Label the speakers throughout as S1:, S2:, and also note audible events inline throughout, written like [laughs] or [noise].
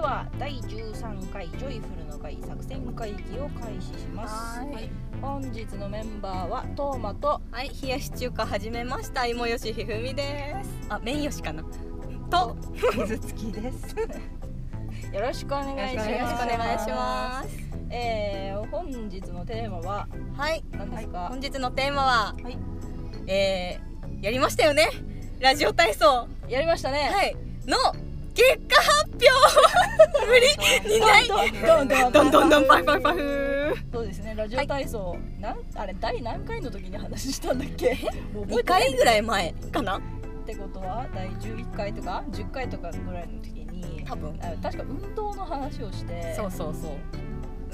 S1: は第13回ジョイフルの会作戦会議を開始します
S2: はい
S1: 本日のメンバーはトーマと
S2: はい、冷やし中華始めました。芋よしひふみです。あ、麺よしかな。と、
S3: 水月
S2: [laughs]
S3: です。
S1: よろしくお願いします
S2: よろしくお願いします。
S1: えー、本日のテーマは
S2: はい、
S1: 何ですか、
S2: 本日のテーマは、
S3: はい
S2: えーやりましたよね。ラジオ体操、
S1: やりましたね、
S2: はい、の結果発表。無理、にない。
S1: どんどん
S2: どんどんどんパフパフパフ。
S1: そうですねラジオ体操、なんあれ第何回の時に話したんだっけもう覚えて
S2: 二
S1: ない
S2: 回ぐらい前かな。
S1: ってことは第11回とか10回とかぐらいの時に
S2: 多分。
S1: あ確か運動の話をして
S2: そうそうそう。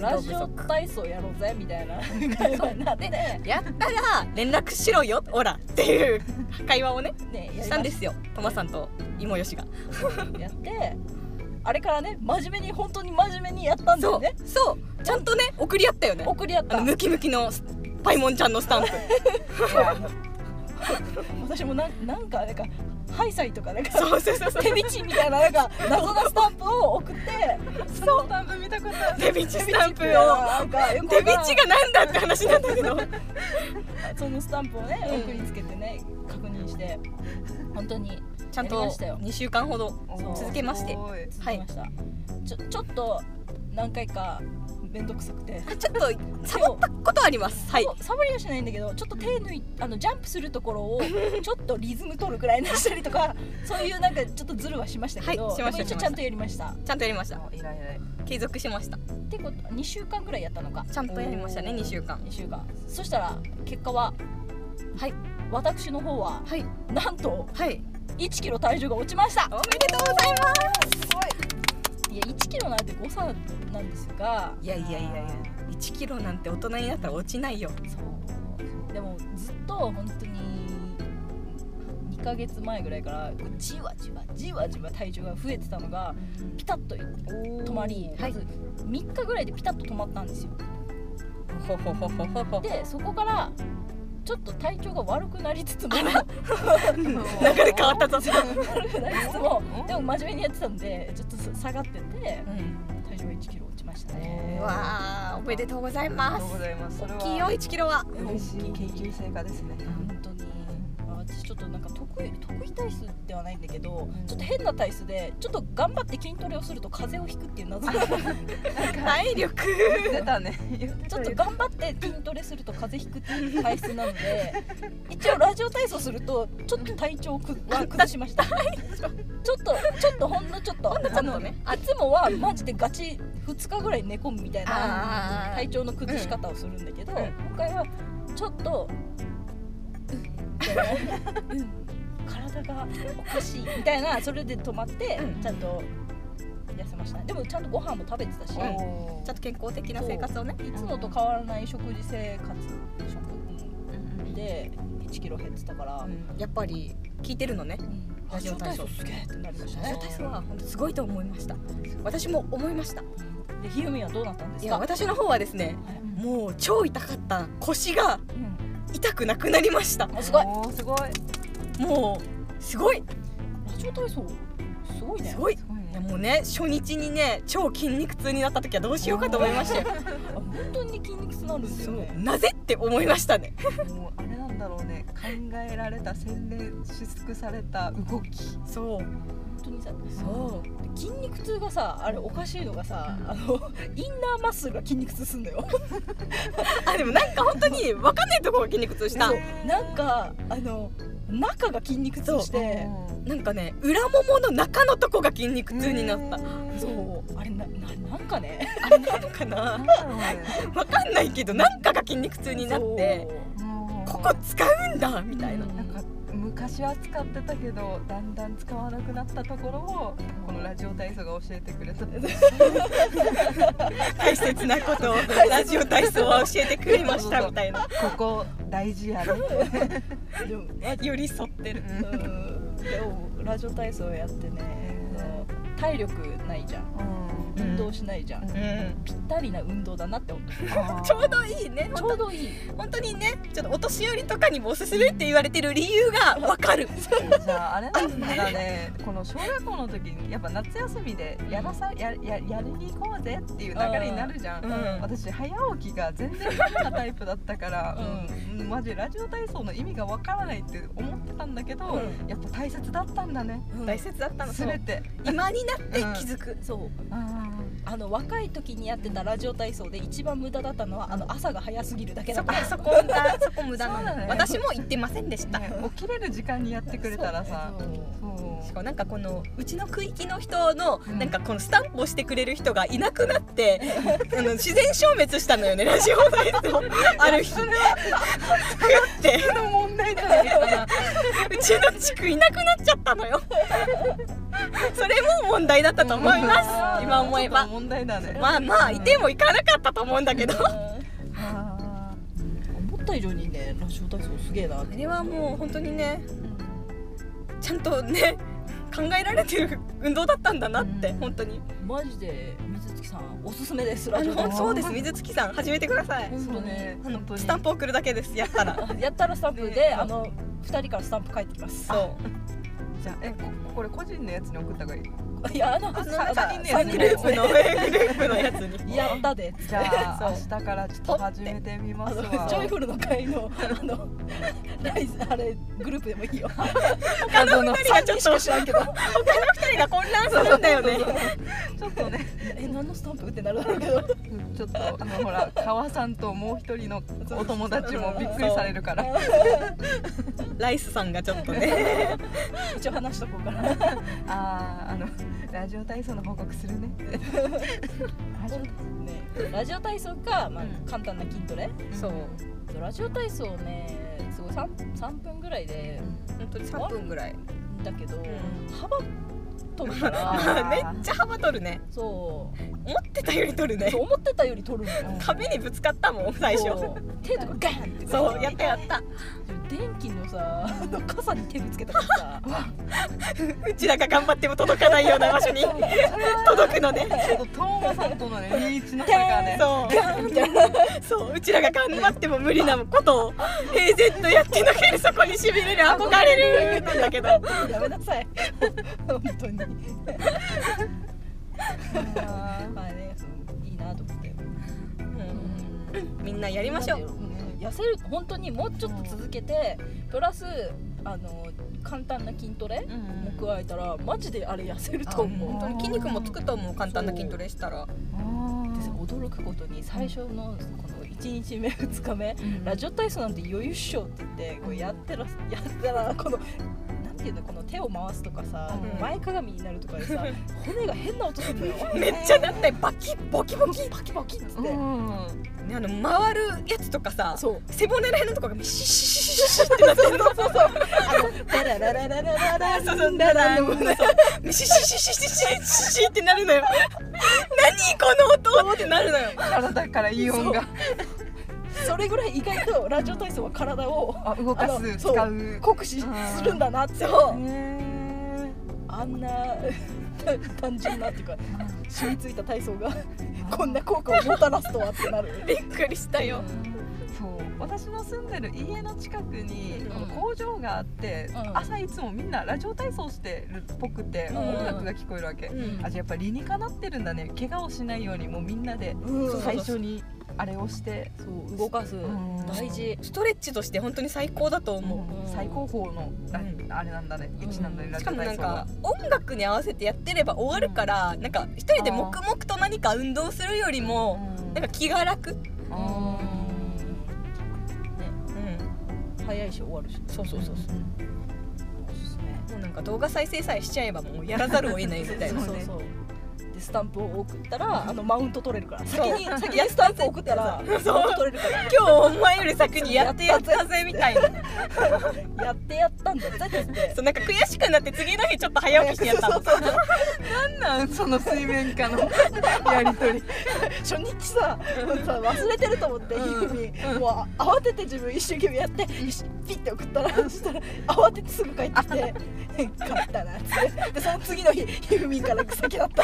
S1: ラジオ体操やろうぜみたいな会話になって、ね、
S2: やったら連絡しろよ、オラっていう会話をね、
S1: やりま
S2: したんですよ。トマさんと芋よしが。
S1: やってあれからね真面目に本当に真面目にやったんだ
S2: そ
S1: よ
S2: う
S1: ね、
S2: そう、ちゃんとね、送り合ったよね。
S1: 送り合っ
S2: あ
S1: た
S2: のムキムキのパイモンちゃんのスタンプ。
S1: 私もなんなんかなんかハイサイとかなんか
S2: そうそうそうそう。
S1: 手びちみたいななんか謎のスタンプを送ってそのスタンプ見たことあ
S2: デビチスタンプを。
S1: なんかよく
S2: デ
S1: わ
S2: ビ
S1: からん
S2: チがなんだって話なんだけど。
S1: そのスタンプをね、
S2: うん
S1: 送りつけてね確認して本当に
S2: ちゃん
S1: やり
S2: と
S1: ましたよ
S2: 2週間ほど続けまして。
S1: 続
S2: は
S1: き
S2: い
S1: ました、ちょちょっと何回か面倒くさくて
S2: あちょっとサボったことあります。はい。
S1: サボりはしないんだけどちょっと手抜いあのジャンプするところ
S2: [laughs]
S1: をちょっとリズム取るくらいにしたりとかそういうなんかちょっとズルはしましたけど、
S2: はいしました
S1: でも一応ちゃんとやりました
S2: ちゃんとやりました。
S3: あいらいらい。
S2: 継続しました。
S1: ってこと2週間ぐらいやったのか
S2: ちゃんとやりましたね、2週間。
S1: 2週間そしたら結果は
S2: はい
S1: 私の方は
S2: はい。
S1: なんと
S2: はい。
S1: 1キロ体重が落ちました
S2: おめでとうございます。
S1: いや1キロなんて誤差なんですが
S2: いやいやいやいや。1キロなんて大人になったら落ちないよ。
S1: そうでもずっと本当に2ヶ月前ぐらいからじわじわじわじわ体重が増えてたのがピタッと止まり、
S2: はい
S1: まず3日ぐらいでピタッと止まったんですよ
S2: ほほほほほほ。
S1: でそこからちょっと体調が悪くなりつ
S2: [laughs]
S1: つも悪
S2: [laughs]
S3: 流
S2: 流れ変わったぞ。
S1: くなりつつもでも真面目にやってたんでちょっと下がってて
S2: うん。
S1: 体重が1キロ落ちましたね
S2: うわあ、おめでとうござい
S3: ありが
S2: ま
S3: とう
S2: す
S3: ご。ざいます。それ
S2: 大
S3: は
S2: きいよ、1キロは。
S3: 嬉しい研究成果ですね。
S1: 本当にあ私ちょっとなんか得意得意体質ではないんだけど、ちょっと変な体質でちょっと頑張って筋トレをすると風邪をひくっていう
S2: [laughs]
S1: 謎の
S2: 体力。
S3: 出たね。
S1: ちょっと頑張って筋トレすると風邪ひくっていう体質なの
S2: [laughs]
S1: で一応ラジオ体操するとちょっと体調をくは崩しま
S2: [laughs]
S1: したちょっとちょっとほんのちょっと
S2: ちょっとね
S1: あのいつもはマジでガチ2日ぐらい寝込むみたいな
S2: あ
S1: 体調の崩し方をするんだけど、
S2: うんうん
S1: 今回はちょっと、うんうん体がおかしいみたいなそれで止まって、
S2: うん
S1: ちゃんと痩せましたねでもちゃんとご飯も食べてたし、
S2: うん
S3: おー
S2: ちょっと健康的な生活をね。
S1: いつもと変わらない食事生活食で1キロ減ってたから、
S2: うんやっぱり聞いてるのね。
S1: うん
S2: ラジオ体操
S1: すげえってなりました
S2: ラジ
S1: ね
S2: オ体操は本当すごいと思いました。私も思いました。
S1: でひゆみはどうなったんで
S2: い
S1: す
S2: や
S1: か
S2: 私の方はですね、もう超痛かった腰が
S1: うん
S2: 痛くなくなりました。
S1: あすごいラ
S3: おーすごい。
S2: もうすごい
S1: ジオ体操すごいね
S2: すごい。い
S3: すごい
S2: や
S3: ね。
S2: もうね初日にね超筋肉痛になった時はどうしようかと思いましたよ。
S1: あ本当に筋肉痛なるんです
S2: そ
S1: よ
S2: う
S1: ね
S2: なぜって思いましたね。
S3: もうあれなんだろうね。考えられた洗練し尽くされた動き。
S2: そう
S1: 本当にさ
S2: そ
S1: 筋肉痛がさあれおかしいのがさあのインナーマッスルが筋肉痛すんだよ
S2: あでもなんか本当に分かんないところが筋肉痛した
S1: そ。うなんかあの中が筋肉痛して
S2: なんかね裏ももの中のとこが筋肉痛になった。
S1: そうあれなななんかね
S2: あれなのかな
S3: なん。だろうね。
S2: わかんないけどなんかが筋肉痛になって
S3: もう
S2: ここ使うんだみたいな
S1: うん
S3: なんか昔は使ってたけどだんだん使わなくなったところをこのラジオ体操が教えてくれた
S2: 大切なことをラジオ体操は教えてくれましたみたいな
S3: ここ大事やね
S1: そうでも
S2: 寄り添ってる
S1: うんでもラジオ体操やってねあの体力ないじゃん運動しないじゃん、
S3: うん
S2: うん
S1: ぴったりな運動だなって思った
S3: あー
S2: ちょうどいいね
S1: ちょうどいい
S2: 本当にねちょっとお年寄りとかにもおすすめって言われてる理由がわかる
S3: じゃああれなんだねこの小学校の時にやっぱ夏休みでやらさやややりに行こうぜっていう流れになるじゃん、
S2: うんうん
S3: 私早起きが全然ダメなタイプだったから、
S1: う
S3: うんマジラジオ体操の意味がわからないって思ってたんだけど、
S2: う
S3: やっぱ大切だったんだね
S1: うん
S2: 大切だったの
S3: す
S2: そう
S3: べて
S2: 今になって気づく、
S1: そう
S3: あ
S1: あの若い時にやってたラジオ体操で一番無駄だったのはあの朝が早すぎるだけだ
S2: そ
S1: か
S2: こ
S1: ら
S2: そこ無駄そこ無駄
S3: そうな
S2: な
S3: の
S2: の
S3: よ
S2: 私も言ってませんでし
S3: ー
S2: た、
S3: ね起きれる時間にやってくれたらさ
S1: そうそう
S3: そう
S2: しかもなんかこのうちの区域の人の
S3: うん
S2: なんかこのスタンプをしてくれる人がいなくな [laughs] って、あの自然消滅したのよねラジオ体操ある日ふって
S3: その問題じゃないかな
S2: うちの地区いなくなっちゃったのよそれも問題だ
S3: [laughs]
S2: ったと思いま
S1: う
S2: す
S1: ん
S2: 今思え
S3: ちょっ
S2: ば
S3: と問題だね
S2: まあまあいてもいかなかったと思うんだけど
S1: うん
S3: あ
S1: 思った以上にねラジオ体操すげえなって
S2: あれはもう本当にね
S3: ー
S2: ちゃんとね考えられてる運動だったんだなって、
S3: うん
S2: 本当に
S1: マジで水月さんおすすめです
S2: あ
S1: ラジ
S2: の
S1: オ体
S2: 本
S1: 操
S2: 当そうです水月さん始めてください
S1: 本
S3: そ
S1: 当
S3: うね
S1: ね
S2: あの
S3: 本当に
S2: スタンプ送るだけですやったら
S1: やったらスタンプ
S2: ね
S1: であの二人からスタンプ返ってきます
S2: [laughs] そ
S3: じゃあえここれ個人のやつに送った方がいい
S1: いやあの
S3: あの
S1: さ
S3: 三人のや
S2: う
S3: つね
S2: グループのグループのやつに
S1: やったで
S3: じゃあ
S2: そう
S3: 明日からちょっと始めてみま
S1: あ
S3: す
S1: の
S3: わ。
S1: ジョイフルの会のあのライズあれグループでもいいよ
S2: 他の二人がちょっと
S1: 知らんけど
S2: 他の二人が混乱するんだよね
S3: ちょっとね、
S1: え何のスタンプってなるだろうけど
S3: ちょっとあのほら川さんともう一人のお友達もびっくりされるから。
S2: ライスさんがちょっとね
S1: 一応話しとこうかな
S3: あーあのラジオ体操の報告するね。ラジオ
S1: ねラジオ体操か、まあ
S3: うん
S1: 簡単な筋トレ
S2: そう
S1: ラジオ体操ねすごい 3, 3分ぐらいで
S2: 本当に3分ぐらい
S1: だけど、
S2: ん
S1: 幅取るから
S3: [laughs] あー
S2: めっちゃ幅取るね
S1: そう
S2: 思ってたより取るね
S1: そう思ってたより取るのよ
S2: 壁にぶつかったもん最初
S1: そう手とかガンって
S2: そうやったやった
S1: 電気のさあの傘に手ぶつけたからさ
S2: うちらが頑張っても届かないような場所に [laughs] 届くのね
S3: ちょっとトーマさんとのねリーチの差がね。
S2: そうそううちらが頑張っても無理なことを平然とやってのけるそこにしびれる憧れるんだけど
S1: やめなさい本当に
S3: あ
S1: まあねそういいなと思って
S2: みんなやりましょう
S1: うん痩せる本当にもうちょっと続けてプラスあの簡単な筋トレ
S3: ー
S1: も加えたらマジであれ痩せると
S3: うん
S1: 思
S2: 本
S1: う
S2: 当に筋肉もつくと思う簡単な筋トレしたら
S1: でさ驚くことに最初のこの1日目2日目ラジオ体操なんて余裕っしょって言ってこうやったらやったらこの。なんていうのこの手を回すとかさ、
S2: うん
S1: 前かがみになるとかでさ骨が変な音するのよ
S2: めっちゃなったよバキボキボキ
S1: バキバキっつっ
S3: う
S1: て、
S3: ん。
S2: あの回るやつとかさ
S1: そう
S2: 背骨らへんのとこがシシシシシってなってるの
S1: ダラララララララ
S2: そうそうだらシシシシシシシシってなるのよ何この音ってなるのよ
S3: 体からイオンが
S1: それぐらい意外とラジオ体操は体を
S3: あ動か
S1: あの
S3: す
S1: そう
S3: 使う。
S1: 酷使するんだなって
S3: へ
S1: あんな単純なっていうか染みついた体操が
S3: ー
S1: こんな効果をもたらすとはってなる
S2: びっくりしたよ
S3: そう私の住んでる家の近くに
S2: うん
S3: この工場があって、
S1: うん
S3: 朝いつもみんなラジオ体操してるっぽくて、
S1: うん
S3: 音楽が聞こえるわけ、
S2: うん
S3: あじゃあやっぱ理にかなってるんだね怪我をしないようにもうみんなで
S1: うん
S2: そう
S3: 最初にあれをして、
S1: そう動かす
S3: ん
S1: 大事
S2: ストレッチとして本当に最高だと思う、
S3: もうん最高峰の、ラ
S2: うん
S3: あれなんだね位置なんだね、
S1: うん
S3: ラ
S2: し
S3: ジ
S2: か
S3: オ
S2: もな
S3: 体
S2: ん
S3: 操が
S2: か。音楽に合わせてやってれば終わるから、なんか一人で黙々と何か運動するよりも
S3: うん
S2: なんか気が楽、
S3: あ
S2: うん、
S1: 早いし終わるし
S2: そうそうそうそ
S1: おすすめ
S2: うもうなんか動画再生さえしちゃえば [laughs] もうやらざるを得ないみたいな
S1: そう
S3: ね
S1: そうそうでスタンプを送ったらあのマウント取れるから先に
S2: そう
S1: 先にスタンプ送ったらマウン
S2: [laughs] そう
S1: ト取れるか
S2: 今日お前より先にやってやったぜみたいな
S1: らやってやったんだって言って
S2: そうなんか悔しくなって次の日ちょっと早起きしてやったもん
S3: ーなんなんその水面下の [laughs] やりとり
S1: 初日さもうさ忘れてると思って、
S3: うん
S1: ひふみもうあ慌てて自分一生懸命やってよしピッて送ったらそしたら慌ててすぐ帰ってき [laughs] て「勝ったな」っつってでその次の日ひふみから先だった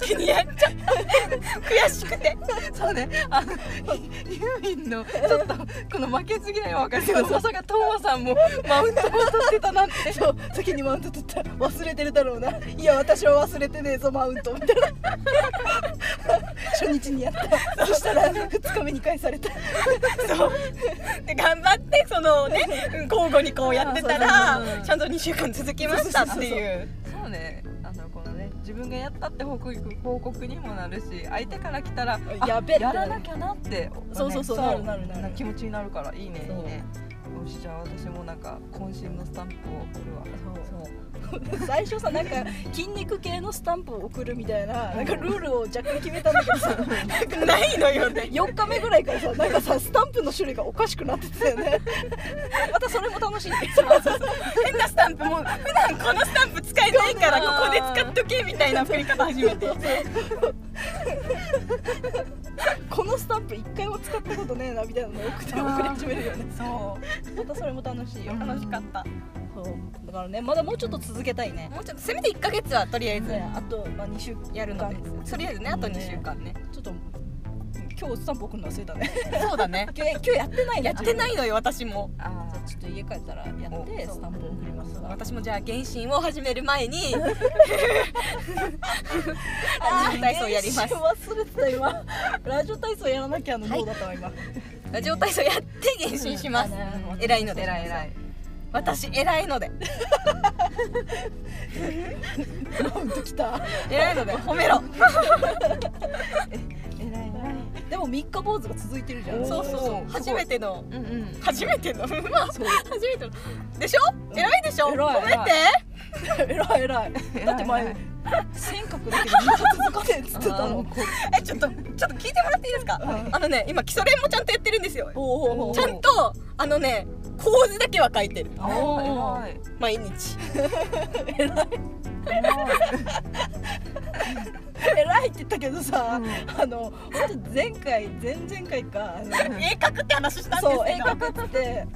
S2: 先にやっちゃった悔しくて
S3: そうねあのユーミンのちょっとこの負けず嫌いは分かるけどまさかトーマさんもマウントを取ってたなんて
S1: そう先にマウント取ったら忘れてるだろうないや私は忘れてねえぞマウントみたいな初日にやったそしたら2日目に返された
S2: そうで頑張ってそのね交互にこうやってた
S3: あそうそうそ
S2: ら
S3: うそう
S2: ちゃんと2週間続きましたっていう
S3: そうねあのこのね自分がやったって報告報告にもなるし相手から来たらあ
S1: やべえって
S3: や
S1: なる
S3: らなきゃなって
S1: そうそうそう
S3: ね
S1: なるなるなる
S3: 気持ちになるからいいねいい
S1: そう
S3: ねよしじゃあ私もなんか渾身のスタンプを送るわ
S1: 最初さなんか筋肉系のスタンプを送るみたいななんかルールを若干決めたんだけどさ
S2: ないのよね
S1: 4日目ぐらいからさなんかさスタンプの種類がおかしくなってたよね [laughs] ま [laughs] たそれも楽しい
S2: 変なスタンプも普段このスタンプ使えないから
S3: そう
S2: ここで使っとけみたいな振り方初めて
S1: このスタンプ一回も使ったことねえなみたいなのを送って
S3: あー
S1: 送り始めるよね
S2: そ
S1: またそれも楽しいよ
S2: う楽しかったも
S1: そうだからねまだもうちょっと続けたいね
S2: うちょっとせめて1ヶ月はとりあえず
S1: ねあと、まあ、2週間
S2: やるのでとりあえずねあと2週間ね
S1: ちょっと今日スタンプ送るの忘れたね
S2: そうだね
S1: [laughs] 今日今日やってないね
S2: [laughs] やってないのよ私も
S3: あ
S1: ちょっと家帰ったらやって
S3: お
S1: スタンプ送りますわ
S2: 私もじゃあ原神を始める前にラジオ体操やります
S1: あー忘れてた今ラジオ体操やらなきゃの脳だったわ今
S2: ラジオ体操やって原神します
S1: うん
S2: 偉いので
S3: 偉い偉い
S2: 私偉いので
S1: [laughs] マウントきた
S2: 偉いので褒めろ
S3: 偉い偉い
S1: でも三日坊主が続いてるじゃん
S3: おー
S2: そうそう
S3: す
S2: 初
S3: ごい
S2: めての
S3: うんうん
S2: 初めてのま [laughs] あ初
S1: そう
S2: めてのでしょ偉いでしょ
S1: 偉い
S2: 褒めて
S1: 偉い偉いだって
S3: 偉
S1: 前
S3: い
S1: 尖閣だけど三日続かねえっつってた
S3: あ
S1: の
S3: ー
S2: えちょっとちょっと聞いてもらっていいですか
S1: うん
S2: あのね今基礎練もちゃんとやってるんですよ
S1: おーおーおー
S2: ちゃんとあのね構図だけは書いてる
S3: あー偉い
S2: 毎日
S1: 偉いって言ったけどさ、
S3: う
S1: あの本当前回前々回かあの
S2: 絵描くって話したんですけ
S1: そ
S2: ど
S1: う絵描くって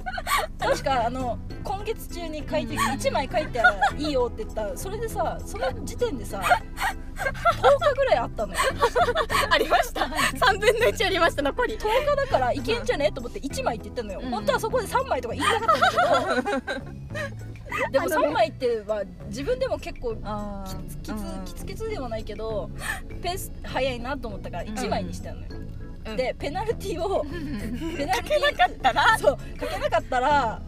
S1: 確かあの今月中に描いて1枚描いたらいいよって言ったそれでさその時点でさ10日ぐらいあったのよ
S2: ありました3分の1ありました残り
S1: 10日だからいけんじゃねと思って1枚って言ったのよ、
S3: うん
S1: 本当はそこで3枚とか言いたかったんだけどでも3枚っては自分でも結構
S3: あ
S1: [laughs]
S3: ー
S1: きつ
S3: うん
S1: きつきつではないけどペース早いなと思ったから1枚にしたのよ、
S2: うん
S1: でペナルティをペナル
S2: 描
S1: テ
S2: け
S1: ィ
S2: なかったら
S1: そう書けなかったら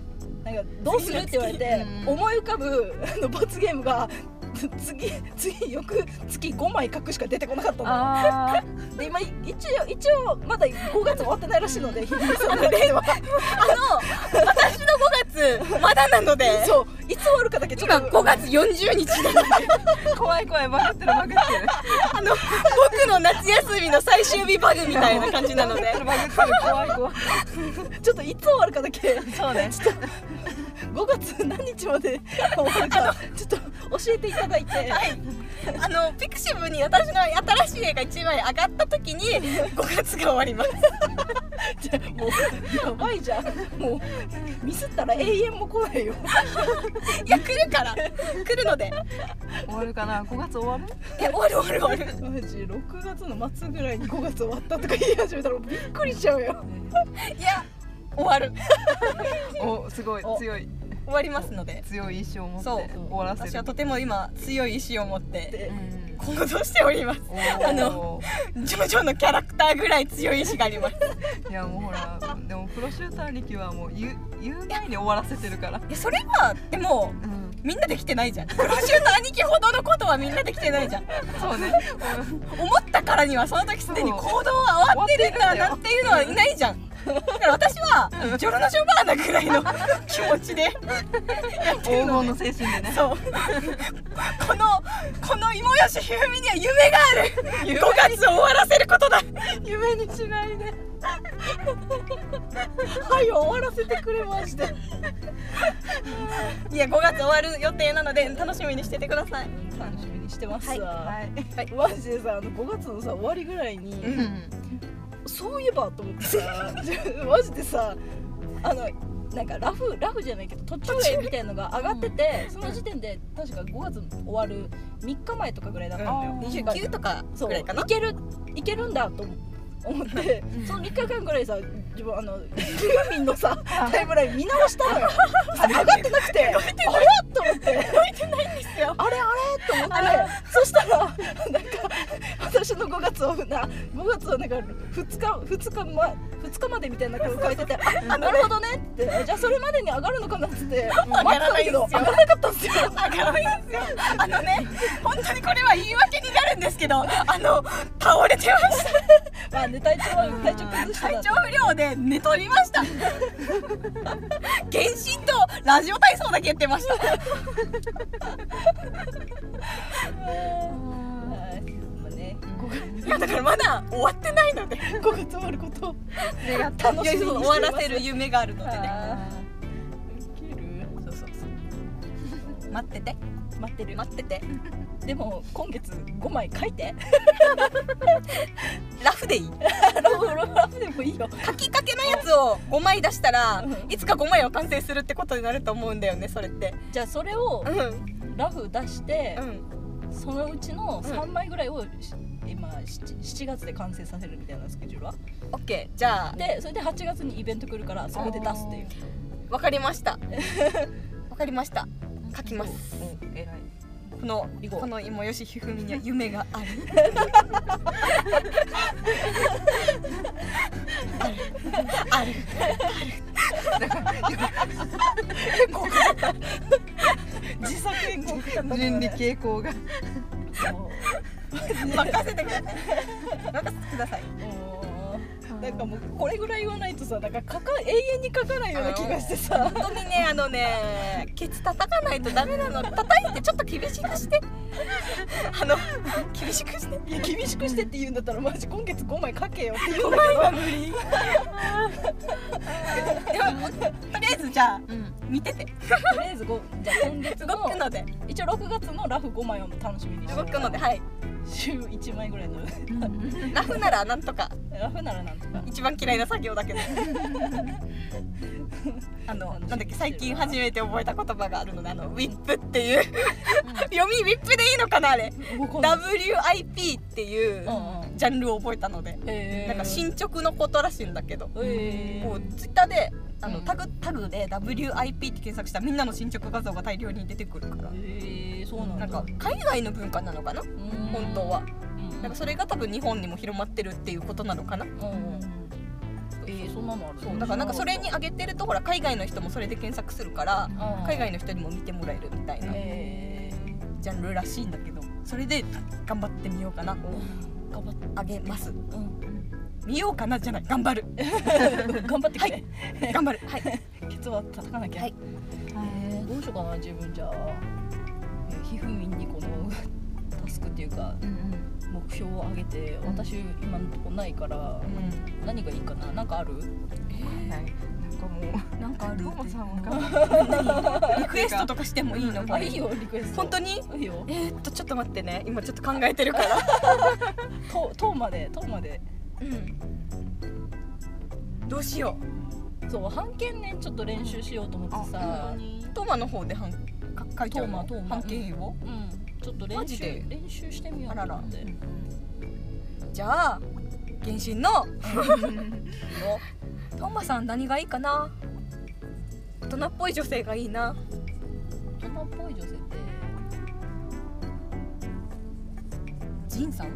S1: なんかどうするって言われて
S3: 次の月
S1: 思い浮かぶあの罰ゲームが次次翌月5枚書くしか出てこなかったの
S3: あ
S1: で今一応一応まだ5月終わってないらしいのでひびみさんの中で [laughs] は
S2: 私の5月まだなの [laughs] で
S1: [laughs] そういつ終わるかだけちょ
S2: 今
S1: っと
S2: 5月40日なので
S3: ー怖い怖いバグってるバグってる
S2: あの [laughs] 僕の夏休みの最終日バグみたいな感じなので
S3: バグってる怖い怖い
S1: ちょっといつ終わるかだけ
S3: そ
S2: [laughs]
S3: うね
S1: 5月何日まで終わるかちょっと教えていただいて、
S2: はい、 [laughs] あのピクシブに私の新しい絵が1枚上がった時に5月 [laughs] が終わります
S1: じゃあもうやばいじゃんもうミスったら永遠も来ないよ
S2: いや来るから来るので
S3: 終わるかな5月終わる
S2: え終わる終わる終わる
S1: マジ6月の末ぐらいに5月終わったとか言い始めたらびっくりしちゃうよ
S2: いや終わる
S3: おすごい
S1: お
S3: 強い
S2: 終わりますので
S3: 強い意志を持って
S2: そう
S3: 終わらせる
S2: 私はとても今強い意志を持って
S3: うん
S2: 行動しております
S3: おー
S2: あのジョジョのキャラクターぐらい [laughs] 強い意志があります
S3: いやもうほらでもプロシューター力はもう言う言う前に終わらせてるから
S2: いやそれはでも
S3: うん
S2: みんなできてないじゃんプロシュート兄貴ほどのことはみんなできてないじゃん
S3: そうね
S2: 思ったからにはその時すでに行動は終わってるんだなっていうのはいないじゃんだから私はジョロノジョバーナぐらいの気持ちで
S3: 黄金の精神でね
S2: そうこのこの芋吉ひふみには夢がある5月を終わらせることだ
S3: 夢にしないで
S1: はい終わらせてくれまして
S2: いや5月終わる予定なので楽しみにしててください
S3: 楽しみにし
S1: してますわ、
S3: はい
S1: マジでさあの5月のさ終わりぐらいに、
S2: うん
S1: そういえばと思ってさマジでさあのなんかラフラフじゃないけど途中絵みたいのが上がってて、その時点で確か5月終わる3日前とかぐらいだったんだよ
S3: うん、
S2: 29とか
S1: そう
S2: ぐらいかない
S1: けるいけるんだと思って、
S3: うん
S1: その3日間ぐらいさ自分あ [laughs] のユーミンのさタイムライン見直したの [laughs] よ上がってなくてあれと思ってあれあれと思ってそしたらなんか私の5月をな5月をなんか2日2日,、ま、2日までみたいなこと書いててあなるほどねってじゃあそれまでに上がるのかなっつって待ってたけど上
S2: 上
S1: が
S2: が
S1: らなかったんですよ
S2: 明るいんですよあのね本当にこれは言い訳になるんですけどあの倒れてました
S1: まあね体調は体調崩してた
S2: 体調不良で寝とりました原神とラジオ体操だけやってました
S1: はいまあね
S2: いやだからまだ終わってないので
S1: 5月終わることを
S3: 願った
S1: 楽しみにしてます
S2: 終わらせる夢があるのでね
S1: あーウケる
S2: そうそうそう待ってて
S1: 待ってる
S2: 待ってて
S1: でも今月5枚書いて
S2: ラフでいい
S1: ラブラブラブでもいいよ
S2: 書きかけのやつを5枚出したら
S1: うん
S2: いつか5枚は完成するってことになると思うんだよねそれって
S1: じゃあそれを
S2: うん
S1: ラフ出して、
S2: うん
S1: そのうちの
S2: うん
S1: 3枚ぐらいをし今 7, 7月で完成させるみたいなスケジュールは
S2: オッケーじゃあ
S1: でそれで8月にイベント来るからそこで出すっていう
S2: わかりま [laughs] したわかりました書きます
S3: うん偉い
S2: この
S1: 以後
S2: この今吉ひふみには夢があるある
S3: 自作
S1: 英語か [laughs] な
S3: 倫理傾向が
S1: も
S2: ある任せてください任せてくださいう
S1: もうなんかもうこれぐらい言わないとさなんか書か永遠に書かないような気がしてさ
S2: [laughs] 本当にねあのねケツ叩かないとダメなの叩いてちょっと厳しくしてあの厳しくして
S1: いや厳しくしてって言うんだったらマジ今月5枚書けよって [laughs] 言うんだ
S2: 前は無理でももうとりあえずじゃあ
S3: うん
S2: 見てて
S1: けどとりあえず5じゃあ今月
S2: 動く
S1: の
S2: ので
S1: 一応6月のラフ5枚を楽しみにして
S2: 動くのではい
S1: 週1枚ぐらいの
S2: ラフならなんとか
S1: ラフならなんとか
S2: 一番嫌いな作業だけどあのなんだっけ最近初めて覚えた言葉があるのであのウィップっていう読みウィップでいいのかなあれ
S1: 動かない
S2: WIP っていう
S1: うんうん
S2: ジャンルを覚えたので
S1: へー
S2: なんか進捗のことらしいんだけど
S1: へー
S2: こうツイッターであの
S3: うん
S2: タグタグで WIP って検索したらみんなの進捗画像が大量に出てくるから
S1: へーそうなん
S2: な
S1: だ
S2: んか海外の文化なのかな
S1: うん
S2: 本当は
S1: うん
S2: なんかそれが多分日本にも広まってるっていうことなのかな
S1: うんえーそんなのある
S2: そうだからなんかそれに上げてるとほら海外の人もそれで検索するから海外の人にも見てもらえるみたいな
S1: へー
S2: ジャンルらしいんだけどそれで頑張ってみようかな
S1: 頑張って
S2: あげます
S1: うん
S2: 見ようかなじゃない頑
S1: [laughs]
S2: 張る
S1: 頑張ってくれ
S2: 頑張るはい
S1: [laughs] ケツは叩かなきゃ
S2: は
S1: へ
S2: い
S1: ーどうしようかな自分じゃあえーひふみんにこのタスクっていうか目標を上げて
S3: ん
S1: 私今のとこないから
S2: うん
S1: 何がいいかななんかある
S3: はいなんかもう
S2: なんかある
S3: トモさんわかんない
S2: リクエストとかしてもいいの
S1: あいいよリクエスト
S2: 本当に
S1: いいよ
S2: えーっとちょっと待ってね今ちょっと考えて
S1: [laughs]
S2: るから
S1: ととまでとまで
S2: どうしよ
S1: そう半券ねちょっと練習しようと思ってさ
S2: うトーマの方で半か書いちゃうの
S1: トーマトーマ
S2: 半径を
S1: うんちょっと
S2: マ
S1: 練
S2: ジ
S1: 習
S2: で
S1: 練習してみよう
S2: あらら
S1: って
S2: じゃあ原神のトーマさん何がいいかな大人っぽい女性がいいな
S1: 大人っぽい女性って
S2: ジンさん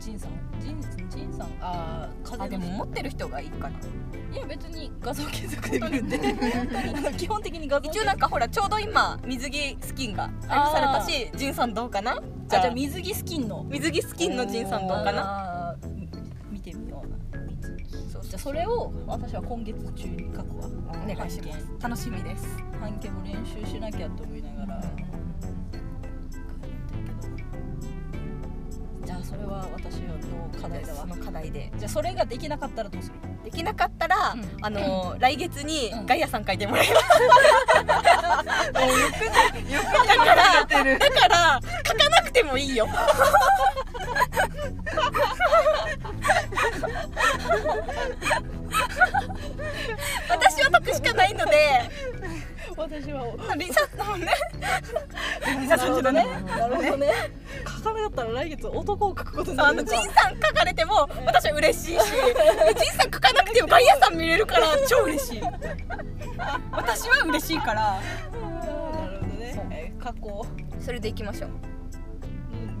S1: ジンさんジンジンさんあー風
S2: あで
S1: の
S2: も
S1: 人
S2: 持ってる人がいいかない
S1: や別に画像検索で見るん [laughs] であの [laughs] 基本的に画像
S2: 一応なんかほらちょうど今水着スキンが配布されたしジンさんどうかな
S1: じ
S2: じ
S1: ゃあ
S2: ゃ
S1: じゃ
S2: あ
S1: あ水着スキンの
S2: 水着スキンのジンさんどうかな
S1: な見てみようそうじゃあそれを私は今月中に書くわ
S2: お願いします楽しみです
S1: 半径も練習しなきゃと思いながらじゃあそれは私はどう課題だわ
S2: その課題で
S1: じゃあそれができなかったらどうする
S2: できなかったら、
S1: うん
S2: あのー来月に
S1: うん
S2: ガイアさん書いてもらいます、
S3: よくだからてる
S2: だから書かなくてもいいよ私は得しかないのでちゃったもんね
S1: なるほどねなるほどね書かなかったら来月男を書くことにな
S2: あ
S1: る
S2: の
S1: の
S2: ジ
S1: か
S2: ンさん書かれても私は嬉しいしジンさん書かなくてもガイアさん見れるから超嬉しい私は嬉しいから
S1: なるほど
S2: そう
S1: ねえー過去
S2: それでいきましょう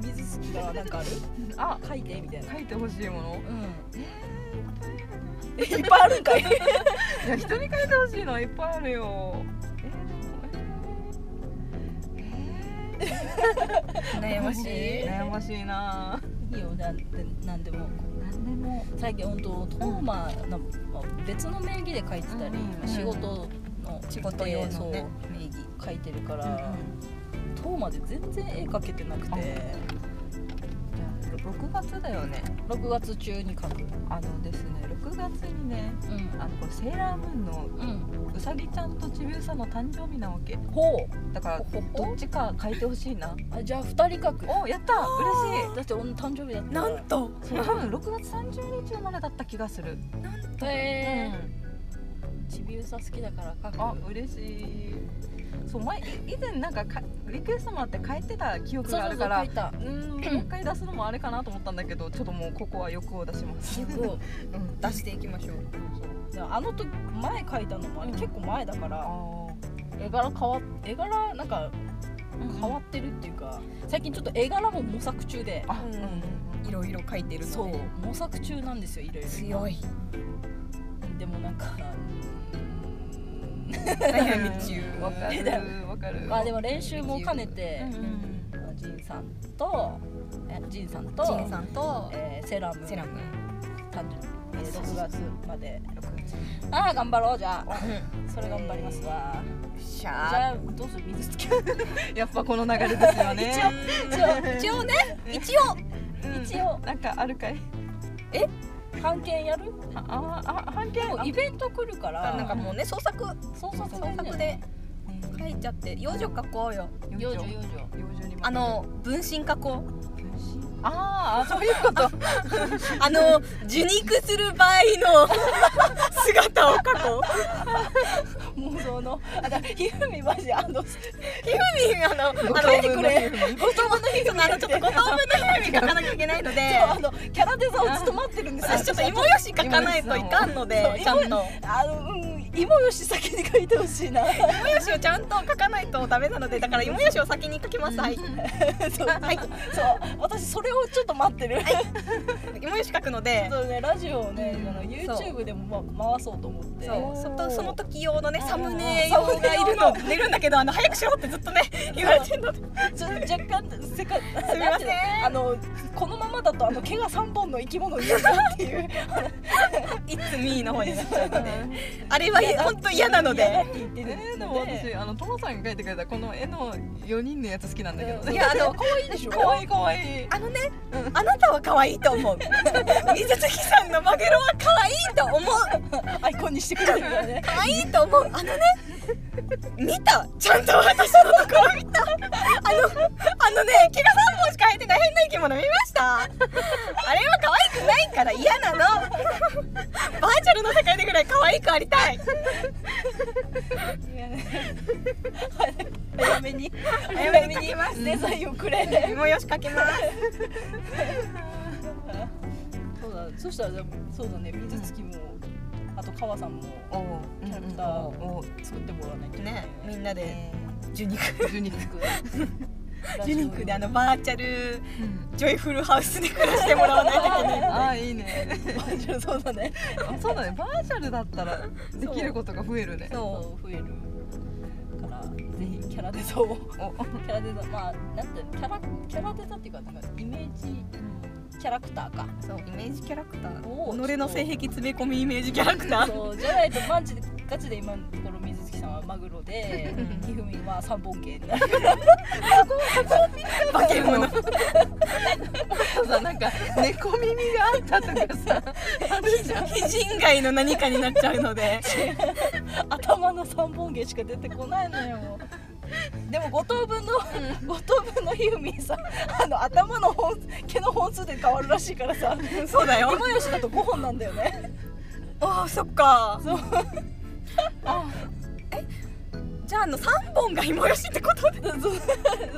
S1: うん水好きがなんかある
S3: あ
S1: 書いてみたいな
S3: 書いてほしいもの
S1: えいっぱいあるんかい
S3: いや人に書いてほしいのはいっぱいあるよえーでもえー
S2: 悩ましい
S3: えー悩ましいない
S1: いよなんてなんでも
S3: 何でも
S1: 最近本当トーマの、まあ別の名義で書いてたり、
S3: うん
S1: 仕事の
S2: 仕事用
S1: そ
S2: の
S1: う
S2: ね名義
S1: 書いてるから、トーマで全然絵描けてなくて
S3: じゃあ6月だよね
S1: 6月中に描く
S3: あのですね6月にね
S1: うん
S3: あのこれセーラームーンの
S1: うん
S3: うさぎちゃんとちびうさの誕生日なわけ
S1: ほ
S3: だから
S1: ほほ
S3: どっちか書いてほしいな
S1: うあじゃあ2人描く
S3: おやった嬉し
S1: だって俺の誕生日だった
S2: な
S1: から
S2: んと
S3: いそう多分6月30日生まれだった気がする
S2: なんと
S1: へ
S3: うん
S1: えちびうさ好きだから描く
S3: あ嬉しいそう前い以前なんかかリクエストもあって変えてた記憶
S1: そう
S3: があ
S1: そう
S3: る
S1: そ
S3: か
S1: う
S3: ら
S1: 描いた
S3: うーんもう一回出すのもあれかなと思ったんだけどちょっともうここは欲を出します
S1: 結構
S3: うん
S2: 出していきましょう
S1: でもあの時前描いたのもあれ
S3: うん
S1: 結構前だから
S3: あ
S1: 絵柄変わっ絵柄なんか
S3: 変
S1: 変わ
S3: わ
S1: ってるっていうか最近ちょっと絵柄も模索中で
S3: あ
S2: うんいろいろ書いてる
S1: そう
S2: ので
S1: 模索中なんですよいろいろ
S2: 強い
S1: でもなんかうーん
S2: 悩み中
S3: わかるわかる
S1: まあでも練習も兼ねて
S3: うんうん
S1: ジンさんとえジンさんと
S2: ジンさんと
S1: えーセラム
S2: セラム
S1: 誕生日えー6月まで
S3: 六月
S1: ああ頑張ろうじゃあそれ頑張りますわ
S2: し
S1: じ
S2: ゃあ
S1: ゃあどうする水つけ
S3: やっぱこの流れですよね
S2: 一応ね一応
S3: うん
S1: 一応
S3: なんかあるかい
S1: 半券やる
S3: あああ半券
S1: もうイベント来るから
S2: なんかもうね創作
S1: そうそうそ
S2: 創
S1: う
S2: 作で書いちゃって養生書こうよ
S1: 幼女幼
S3: に
S1: 女
S2: あの分身書こう
S3: ああそういうこと
S2: あの受肉する場合の [laughs] 姿を書こう
S1: 妄想のあだひふみマジあの
S2: ひふみんあのあの
S1: 書いてくれ
S2: ご当分のひふみんあのちょっとご当分のひふみん書かなきゃいけないので
S1: あのキャラデザを務まってるんですよ
S2: 私ちょっと芋よし書かないといかんのでちゃんと
S1: あのうん芋よし先に書いてほ
S2: [laughs]
S1: しいな
S2: 芋よしをちゃんと書かないとダメなのでだから芋よしを先に書きますはい
S1: そう
S2: はい
S1: そう私それをちょっと待ってる
S2: 芋よし書くので
S1: そうねラジオをね、
S3: うん
S1: あの
S2: そう
S1: YouTube でも、ま、回そうと思って
S2: そうそとその時用のね
S1: うん
S2: サムネ用がいるの寝るんだけどあの早くしろってずっとね言われてるので
S1: ちょ若干世界す
S2: みません
S1: あのこのままだとあの毛が三本の生き物になるっていう
S2: 「いつみー」の方になっちゃうのであれは [laughs] 本当嫌なの
S1: 嫌だっ
S2: で
S1: て言ってる
S3: えー、で
S1: の
S3: も私あのトモさんが描いてくれたこの絵の4人のやつ好きなんだけど
S1: うん
S2: い
S3: ね
S2: やあの
S1: 可愛いでしょ
S3: 可愛い可愛い
S2: あのねあなたは可愛いと思う水月さんのマグロは可愛いと思う
S1: アイコンにしてくれるからね
S2: 可愛いと思うあのね見たちゃんと私のところ見たあのあのね毛が3本しか生えてない変な生き物見ましたあれは可愛くないから嫌なのバーチャルの世界でぐらい可愛くありたい
S1: 早めに
S2: 早
S1: 早
S2: め
S1: め
S2: に書き
S1: に
S2: ます
S1: デザインをくれ
S2: もうよしかけます
S1: そうだそしたらでもそうだね水月もあと川さんも
S3: おお
S1: キャラクター
S3: おお
S1: 作ってもらわないと
S2: [laughs] ねみんなで受肉
S3: 十二
S2: 受肉であのバーチャル
S3: うん
S2: ジョイフルハウスで暮らしてもらわないといけない
S3: あーいいね
S1: バーチャルそうだね
S3: あそうだねバーチャルだったらできることが増えるね
S2: そ
S1: そう増えるからぜひキャラデザ
S2: [laughs]
S1: を
S3: お
S1: キャラデザまあなんていうのキャラキャラデザっていうかなんかイメージキャラクターか
S2: うそうイメージキャラクター
S1: を
S2: 己の性癖詰め込みイメージキャラクター
S1: そうじゃないとマジでガチで今のところ水月さんはマグロで
S2: [laughs]
S3: うん
S1: ひふみんは三本系になる
S2: 化け物
S3: あとさなんか猫耳があったとかさあるじゃん
S2: 非人外の何かになっちゃうので
S1: 頭の三本毛しか出てこないの
S2: [laughs]
S1: よでも五等分の五等分のひふみんさあの頭の本毛の本数で変わるらしいからさ
S2: そうだよ
S1: 芋よしだと五本なんだよね
S2: あーそっか
S1: そう
S2: あえじじゃああの3本が芋よしってことで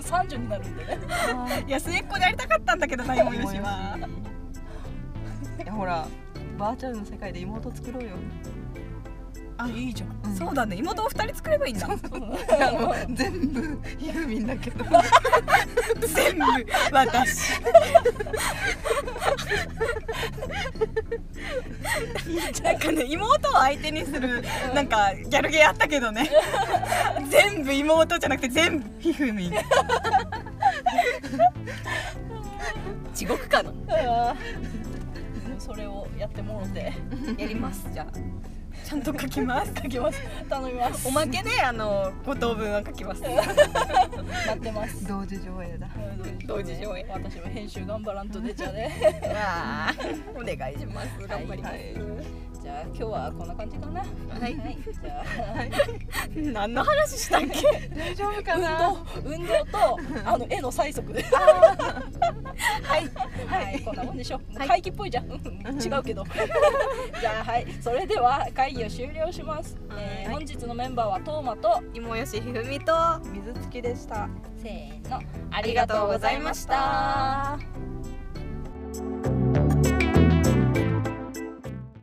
S1: 三十になるんでね。
S2: いや末っ子でやりたかったんだけどな芋よしは。
S3: いやほらバーチャルの世界で妹作ろうよ、
S1: あ、いいじゃん。
S2: そうだね妹を2人作ればいいんだ
S3: あの全部ユーミンだけど
S2: 全部私なんかね妹を相手にするなんかギャルゲーあったけどね全部妹じゃなくて全部ひふみん地獄かな
S1: それをやってもろて。
S2: やりますじゃあちゃんと書きます
S1: 書きます。頼みます。
S2: おまけであの5等分は書き [laughs] ます
S1: なってます。
S3: 同時上映だ
S2: 同時上映
S1: 私も編集頑張らんと出ちゃうね。
S2: わあお願いします頑張ります
S1: ます。じゃあ今日はこんな感じかな。
S2: はい
S1: はい。じゃあ
S2: 何の話したっけ [laughs]
S3: 大丈夫か
S1: 運
S3: な
S1: 動運動とあの絵の催促で。はいはいこんなもんでしょ。
S2: はい
S1: 会議っぽいじゃん。違うけ [laughs] ど。じゃあはいそれでは会議を終了します。えー
S2: はい
S1: 本日のメンバーはトーマと
S2: 芋よしひふみと
S3: 水付きでした
S1: せーのあ
S2: り
S1: り
S2: が
S1: が
S2: と
S1: と
S2: う
S1: う
S2: ご
S1: ご
S2: ざ
S1: ざ
S2: い
S1: い
S2: ま
S1: ま
S2: し
S1: したた。